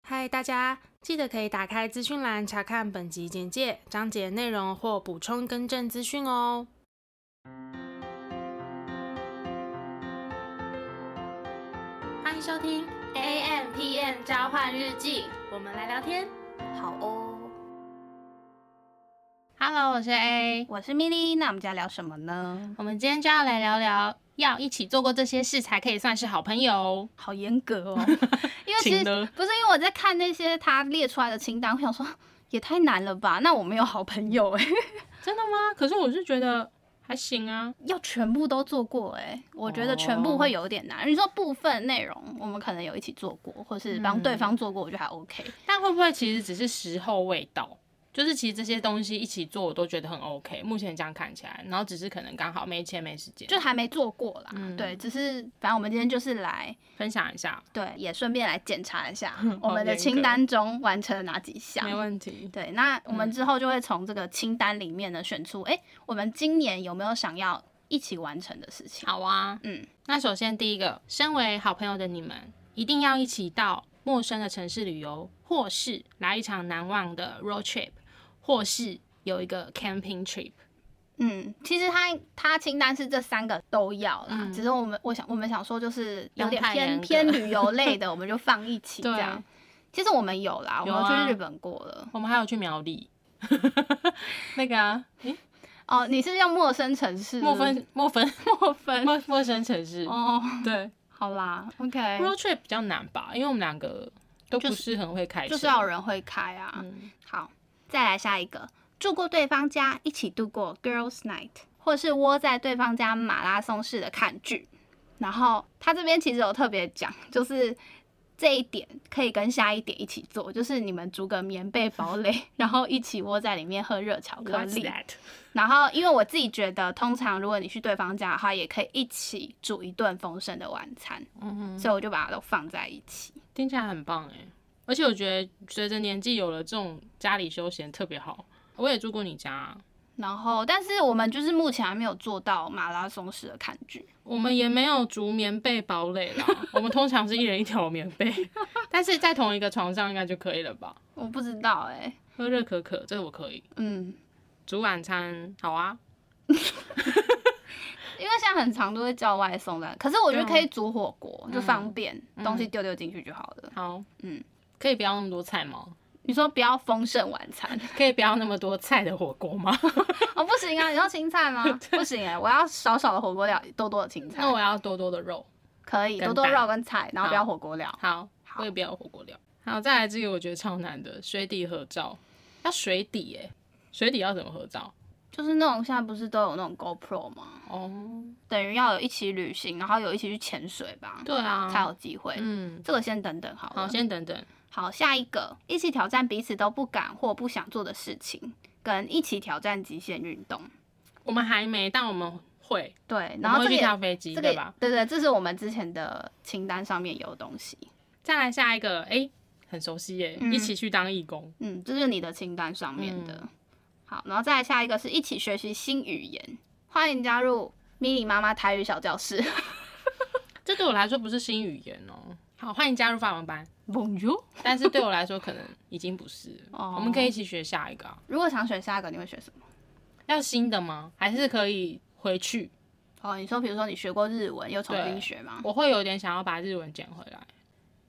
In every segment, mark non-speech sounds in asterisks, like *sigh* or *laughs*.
嗨，大家记得可以打开资讯栏查看本集简介、章节内容或补充更正资讯哦。欢迎收听 A M P M 交换日记，我们来聊天。好哦， Hello，我是 A，我是米莉，那我们今天聊什么呢？我们今天就要来聊聊，要一起做过这些事才可以算是好朋友。 *laughs* 好严格 *laughs* 哦，因为其请实呢不是因为我在看那些他列出来的清单，我想说 *gasps* 也太难了吧？那我没有好朋友哎、真的吗？可是我是觉得还行啊。 *laughs* 要全部都做过哎、我觉得全部会有点难。你说部分内容我们可能有一起做过，或是帮对方做过，我觉得还 OK。但会不会其实只是时候未到？就是其实这些东西一起做，我都觉得很 OK。目前这样看起来，然后只是可能刚好没钱没时间，就就还没做过啦，嗯对，只是反正我们今天就是来，分享一下，对，也顺便来检查 *laughs* 一下我好们的严清格单中完成了哪几项，没问题。对，那嗯我们之后就会从这个清单里面呢选出，哎、我们今年有没有想要一起完成的事情？好啊，嗯，那首先第一个，身为好朋友的你们，一定要一起到陌生的城市旅游，或是来一场难忘的 road trip，或是有一个 camping trip。嗯，其实他他清单是这三个都要啦，嗯只是我们我想我们想说就是有点不用太严偏格 *laughs* 偏旅游类的，我们就放一起这样对。其实我们有啦，我有们啊去日本过了。我们还有去苗栗， *laughs* 那个 *laughs* 啊，诶哦，你是要陌生城市？莫分莫分 *laughs* 莫分。陌陌生城市。哦，对好啦，OK， ，road trip 比较难吧，因为我们两个都不是很会开车，就是要有人会开啊。嗯好，再来下一个，住过对方家，一起度过 Girls Night，或是窝在对方家马拉松式的看剧。然后他这边其实有特别讲，就是这一点可以跟下一点一起做，就是你们逐个棉被堡垒， *laughs* 然后一起窝在里面喝热巧克 What's 力。 that？然后，因为我自己觉得，通常如果你去对方家的话，也可以一起煮一顿丰盛的晚餐，嗯哼，所以我就把它都放在一起。听起来很棒哎，而且我觉得随着年纪有了这种家里休闲特别好。我也住过你家啊、然后，但是我们就是目前还没有做到马拉松式的看剧。我们也没有竹棉被堡垒啦，我们通常是一人一条棉被， *laughs* 但是在同一个床上应该就可以了吧？我不知道哎、喝热可可，这个我可以。嗯，煮晚餐好啊，因为现在很常都会叫外送的，可是我觉得对啊可以煮火锅，就方便，嗯东西丢丢进去就好了。好，嗯，可以不要那么多菜吗？你说不要丰盛晚 *laughs* 餐可以不要那么多菜的火锅吗？哦，不行啊，你要青菜吗？不行哎、我要少少的火锅料，多多的青菜 *laughs* 那。我要多多的肉。可以跟多多蛋肉跟菜，然后不要火锅料。好，好我也不要火锅料。好，再来这个我觉得超难的，水底合照，要水底耶、水底要怎么合照？就是那种现在不是都有那种 GoPro 吗？哦，等于要有一起旅行，然后有一起去潜水吧，对啊，才有机会。嗯，这个先等等好了。好，先等等，好，下一个，一起挑战彼此都不敢或不想做的事情，跟一起挑战极限运动。我们还没，但我们会，对，我然后们会这个去也跳飞机，这个对也吧？对对，这是我们之前的清单上面有的东西。再来下一个，哎、很熟悉耶、嗯一起去当义工，嗯，这是你的清单上面嗯的。好，然后再来下一个是一起学习新语言，欢迎加入 mini 妈妈台语小教室。这对我来说不是新语言哦、好，欢迎加入法文班， Bonjour。但是对我来说可能已经不是了。 *laughs* 哦我们可以一起学下一个、啊，如果想选下一个，你会选什么？要新的吗？还是可以回去？哦，你说比如说你学过日文，又重对新学吗？我会有点想要把日文捡回来。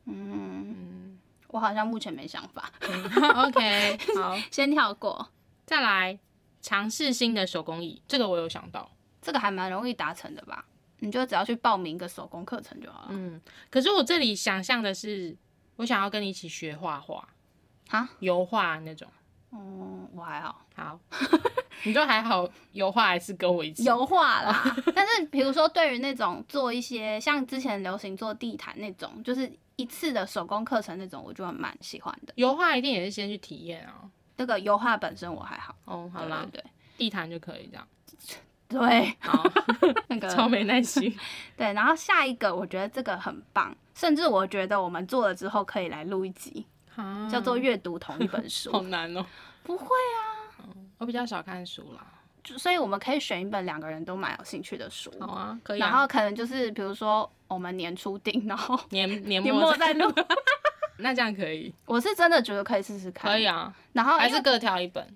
嗯，我好像目前没想法， *laughs* OK，好，先跳过。再来尝试新的手工艺，这个我有想到。这个还蛮容易达成的吧？你就只要去报名一个手工课程就好了。嗯，可是我这里想象的是，我想要跟你一起学画画啊，油画那种。嗯，我还好， *laughs* 好，你就还好，油画还是跟我一起。油画啦。 *laughs* 但是比如说，对于那种做一些像之前流行做地毯那种，就是一次的手工课程那种，我就蛮喜欢的。油画一定也是先去体验啊。那个油画本身我还好，哦，好对啦，对地毯就可以这样。对对，好，那个 *laughs* 超没耐 *laughs* 心。对。然后下一个，我觉得这个很棒，甚至我觉得我们做了之后可以来录一集，啊叫做阅读同一 *laughs* 本好书。难哦。不会啊，我比较少看书啦。就所以我们可以选一本两个人都蛮有兴趣的书。好啊，可以啊。然后可能就是比如说我们年初定，然后年年年末末再录。 *laughs* 那这样可以，我是真的觉得可以试试看。可以啊，然后还因是为各挑一本？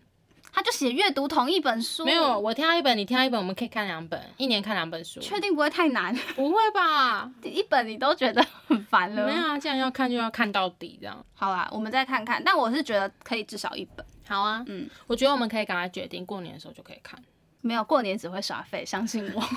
他就写阅读同一本书，没有，，我挑一本，你挑一本，我们可以看两本，一年看两本书，确定不会太难，不会 *laughs* 吧？一本你都觉得很烦了。没有啊，既然要看就要看到底，这样好啦，我们再看看，但我是觉得可以至少一本，好啊。嗯，我觉得我们可以赶快决定，过年的时候就可以看，没有过年只会耍废，相信我。 *laughs*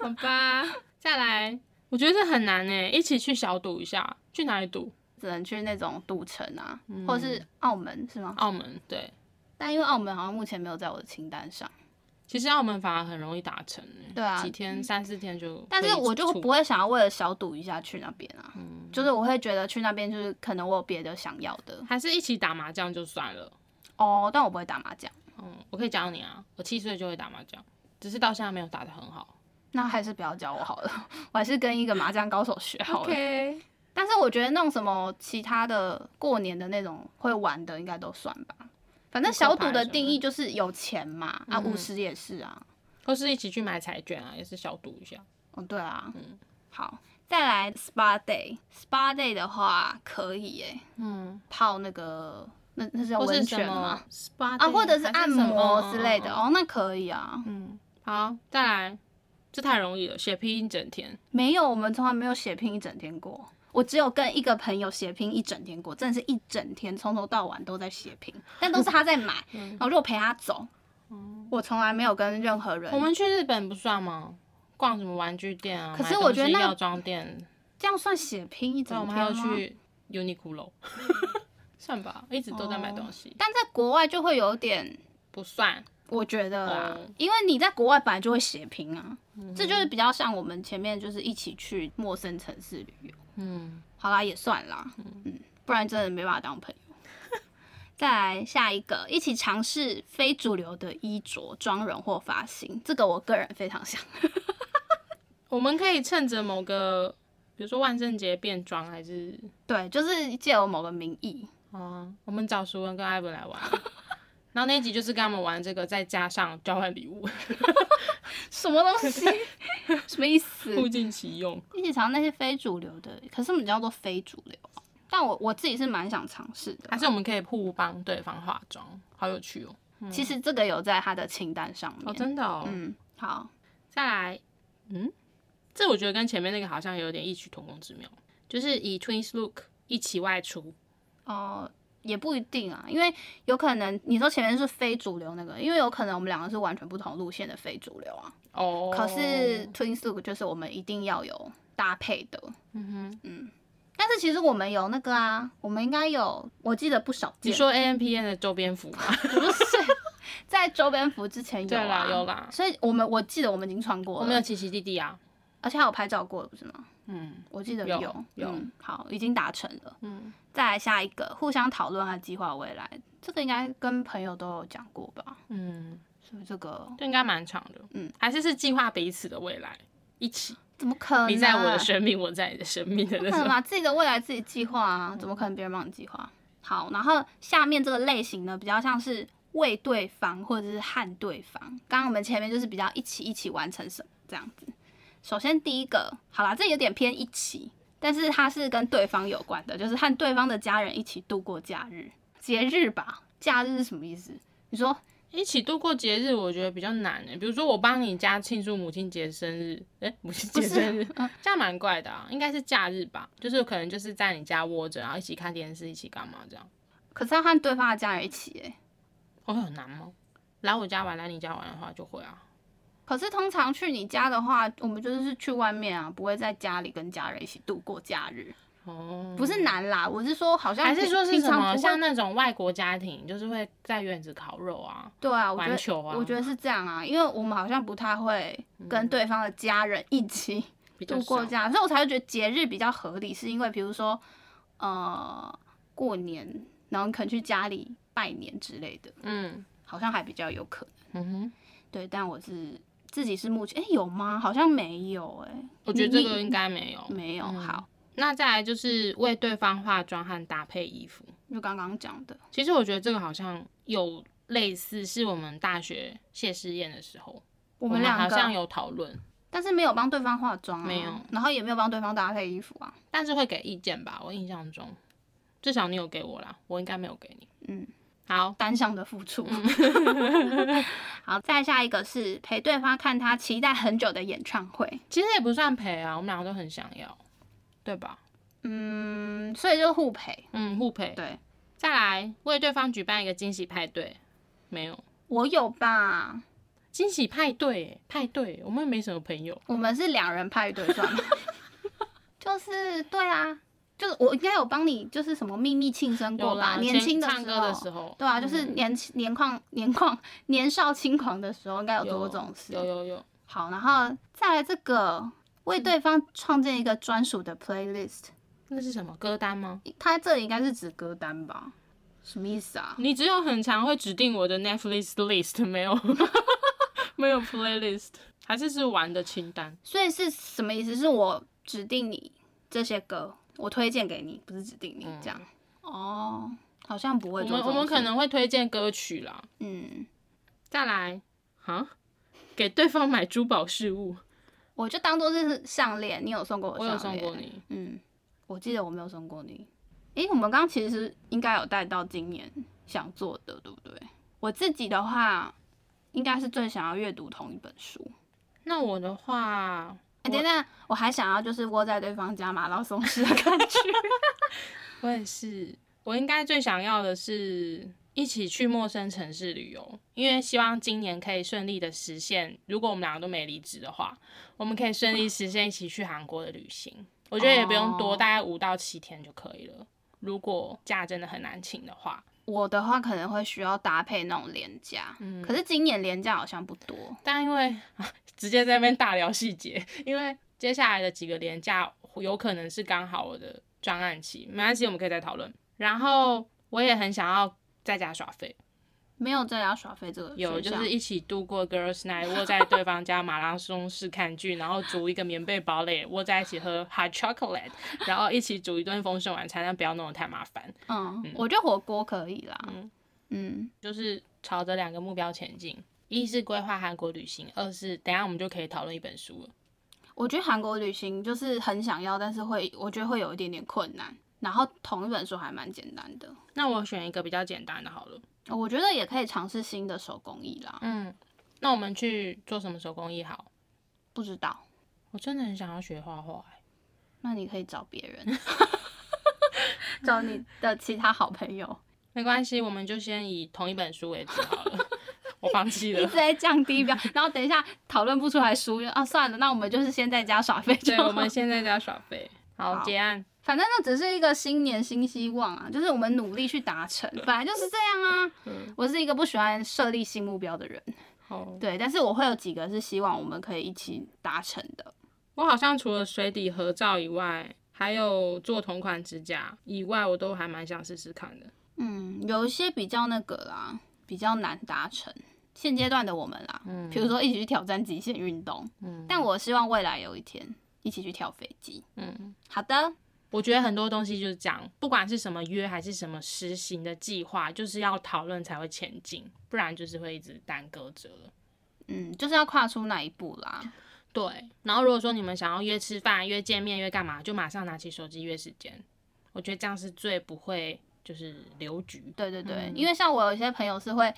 好吧？ *laughs* 再来，我觉得这很难诶，一起去小赌一下，去哪里赌？只能去那种赌城啊，嗯或是澳门是吗？澳门，对，但因为澳门好像目前没有在我的清单上，其实澳门反而很容易达成诶，对啊几天三四天就可以出，但是我就不会想要为了小赌一下去那边啊，嗯就是我会觉得去那边就是可能我有别的想要的还是一起打麻将就算了。哦，但我不会打麻将，嗯，我可以教你啊，我七岁就会打麻将，只是到现在没有打得很好。那还是不要教我好了， *laughs* 我还是跟一个麻将高手学好了。 OK， *laughs* 但是我觉得那种什么其他的过年的那种会玩的，应该都算吧。反正小赌的定义就是有钱嘛，嗯啊，五十也是啊。或是一起去买彩券啊，也是小赌一下。哦，对啊，嗯好，再来 SPA day。SPA day 的话可以耶、嗯，泡那个那那是叫或温是什泉么吗？ SPA 啊， day，或者是还按什么摩之类的。哦，那可以啊。嗯，好，再来，这太容易了，血拼一整天。没有，我们从来没有血拼一整天过。我只有跟一个朋友血拼一整天过，真的是一整天，从头到晚都在血拼，但都是他在买，然后就我陪他走。我从来没有跟任何人我们去日本不算吗？逛什么玩具店啊？可是买东我觉得西那药妆店，这样算血拼一对，我整们天还吗有？去 Uniqlo，算吧，一直都在买东西，但在国外就会有点，不算。我觉得啦哦，因为你在国外本来就会血拼啊，这就是比较像我们前面就是一起去陌生城市旅游。嗯，好啦，也算啦，嗯，不然真的没办法当朋友。 *laughs* 再来下一个，一起尝试非主流的衣着、妆容或发型，这个我个人非常想。 *laughs* 我们可以趁着某个，比如说万圣节变装，还是对，就是借由某个名义，啊，我们找熟人跟艾文来玩。 *laughs* 然后那一集就是跟他们玩这个，再加上交换礼物，什么东 *laughs* 西？什么意思？物尽其用。一起尝那些非主流的，可是我们叫做非主流啊。但我我自己是蛮想尝试的还，是我们可以互帮对方化妆，好有趣哦！其实这个有在他的清单上哦，面。真的哦。嗯，好，再来，嗯，这我觉得跟前面那个好像有点异曲同工之妙，就是以 twins look 一起外出。哦、也不一定啊，因为有可能你说前面是非主流那个，因为有可能我们两个是完全不同路线的非主流啊。哦，可是 twin s u k 就是我们一定要有搭配的，嗯哼，但是其实我们有那个啊，我们应该有，我记得不少你件，说 A M P N 的周边 *laughs* 服吗？不是在周边服之前有对啊啦，有啦，所以我们我记得我们已经穿过了，我们有琪琪弟弟啊。而且还有拍照过了，不是吗？嗯，我记得有有有嗯好，已经达成了。嗯，再来下一个，互相讨论和计划未来，这个应该跟朋友都有讲过吧？嗯，所以这个这应该蛮长的。嗯，还是是计划彼此的未来，一起。怎么可能？啊你在我的生命，我在你的生命的不那可能种。吧？自己的未来自己计划啊，怎么可能别人帮你计划？好，然后下面这个类型呢，比较像是为对方或者是和对方。刚刚我们前面就是比较一起一起完成什么这样子。首先第一个，好啦，这有点偏一起，但是它是跟对方有关的，就是和对方的家人一起度过假日、节日吧。假日是什么意思？你说一起度过节日，我觉得比较难欸诶。比如说，我帮你家庆祝母亲节、生日，诶、母亲节生日，这样蛮怪的啊。应该是假日吧，就是可能就是在你家窝着，然后一起看电视，一起干嘛这样。可是要和对方的家人一起、欸，会很难吗？来我家玩，来你家玩的话就会啊。可是通常去你家的话，我们就是去外面啊，不会在家里跟家人一起度过假日，哦，不是难啦。我是说，好像还是平说是平什常么不会像那种外国家庭，就是会在院子烤肉啊，对啊，我觉玩得球啊，嗯我觉得是这样啊，因为我们好像不太会跟对方的家人一 *laughs* 起比较度过少假，所以我才会觉得节日比较合理，是因为比如说呃过年，然后你可能去家里拜年之类的，嗯好像还比较有可能。嗯哼。对，但我是自己是目前哎、有吗？好像没有哎、我觉得这你个应该没有。没有、好。那再来就是为对方化妆和搭配衣服。就刚刚讲的，其实我觉得这个好像有类似，是我们大学谢师宴的时候，我们们两好个像有讨论。但是没有帮对方化妆、啊，没有，然后也没有帮对方搭配衣服啊。但是会给意见吧，我印象中，至少你有给我啦，我应该没有给你。嗯，好，单向的付出。嗯 *laughs* 好，再下一个是陪对方看他期待很久的演唱会。其实也不算陪啊，我们两个都很想要，对吧？嗯，所以就互陪。嗯，互陪。对再来为对方举办一个惊喜派对，没有我有吧？惊喜派对耶，派对，我们又没什么朋友。我们是两人派对算 *laughs* 吗？就是对啊，就是我应该有帮你，就是什么秘密庆生过有吧？啦，年前轻的唱歌的时时候。候，对啊，就是嗯年轻年旷年旷年少轻狂的时候，应该有做过这种事。有嗯有有，好，然后再来这个为对方创建一个专属的 playlist，那是什么歌单吗？它这里应该是指歌单吧？什么意思啊？你只有很常会指定我的 Netflix list 没有， *laughs* 没有 playlist，还是是玩的清单？所以是什么意思？是我指定你这些歌，我推荐给你，不是指定你这样。哦，好像不会我做们这嗯我种们可事能会推荐歌曲啦。嗯，再来，哈，给对方买珠宝饰物，我就当做是项链，你有送过我我项有送链？过你，嗯，我记得我没有送过你。诶，我们刚刚其实应该有带到今年想做的，对不对？我自己的话，应该是最想要阅读同一本书。那我的话，诶等等，我还想要就是窝在对方家马拉松式的感觉。我也是，我应该最想要的是一起去陌生城市旅游，因为希望今年可以顺利的实现。如果我们两个都没离职的话，我们可以顺利实现一起去韩国的旅行。我觉得也不用多，哦大概五到七天就可以了。如果假真的很难请的话，我的话可能会需要搭配那种廉价，可是今年廉价好像不多。但因为、 *laughs* 啊、直接在那边大聊细节，因为接下来的几个连假有可能是刚好我的专案期，没关系，我们可以再讨论。然后我也很想要在家耍废。没有在家耍费这个有，选就项是一起度过 girls night，窝在对方家马拉松式看剧，然后煮一个棉被堡垒，窝在一起喝 hot chocolate，然后一起煮一顿丰盛晚餐，但不要弄得太麻烦，嗯，我觉得火锅可以啦。嗯嗯，就是朝着两个目标前进。一是规划韩国旅行，二是等一下我们就可以讨论一本书了。我觉得韩国旅行就是很想要，但是会我觉得会有一点点困难。然后同一本书还蛮简单的，那我选一个比较简单的好了。我觉得也可以尝试新的手工艺啦。嗯，那我们去做什么手工艺好？不知道，我真的很想要学画画、欸，那你可以找别人， *laughs* 找你的其他好朋 *laughs* 友，没关系，我们就先以同一本书为主好了。 *laughs* 我放 *laughs* 弃一了直。在降低标。然后等一下讨论不出来书啊，算了，那我们就是先在家耍废就对，好。我们现在在耍废。好，好结案。反正那只是一个新年新希望啊，就是我们努力去达成，本来就是这样啊。嗯我是一个不喜欢设立新目标的人，好，对，但是我会有几个是希望我们可以一起达成的。我好像除了水底合照以外，还有做同款指甲以外，我都还蛮想试试看的。嗯，有一些比较那个啦，比较难达成。现阶段的我们啦，嗯比如说一起去挑战极限运动，嗯但我希望未来有一天一起去跳飞机。嗯，好的，我觉得很多东西就是这样，不管是什么约还是什么实行的计划，就是要讨论才会前进，不然就是会一直耽搁着了。嗯，就是要跨出那一步啦。对，然后如果说你们想要约吃饭、约见面、约干嘛，就马上拿起手机约时间。我觉得这样是最不会就是留局。对对对，嗯因为像我有一些朋友是会，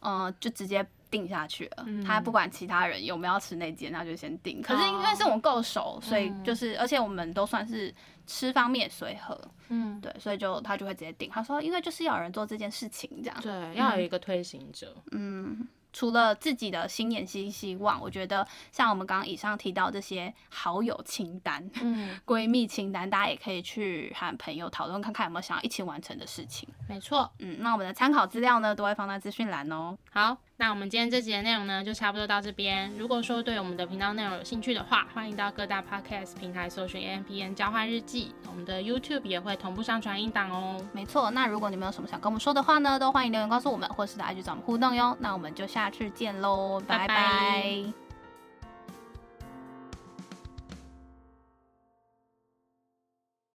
呃，就直接定下去了，他不管其他人有没有要吃那间，他就先定。可是因为是我们够熟，所以就是，而且我们都算是吃方面随和，嗯，对，所以就他就会直接定。他说，因为就是要有人做这件事情，这样。对，要有一个推行者。嗯，除了自己的新年新希望，我觉得像我们刚刚以上提到这些好友清单、嗯，闺蜜清单，大家也可以去和朋友讨论，看看有没有想要一起完成的事情。没错。嗯，那我们的参考资料呢，都会放在资讯栏哦。好，那我们今天这集的内容呢，就差不多到这边。如果说对我们的频道内容有兴趣的话，欢迎到各大 podcast 平台搜寻 A M P N 交换日记，我们的 YouTube 也会同步上传音档哦。没错，那如果你们有什么想跟我们说的话呢，都欢迎留言告诉我们，或是来去找我们互动哟。那我们就下次见喽，拜拜拜拜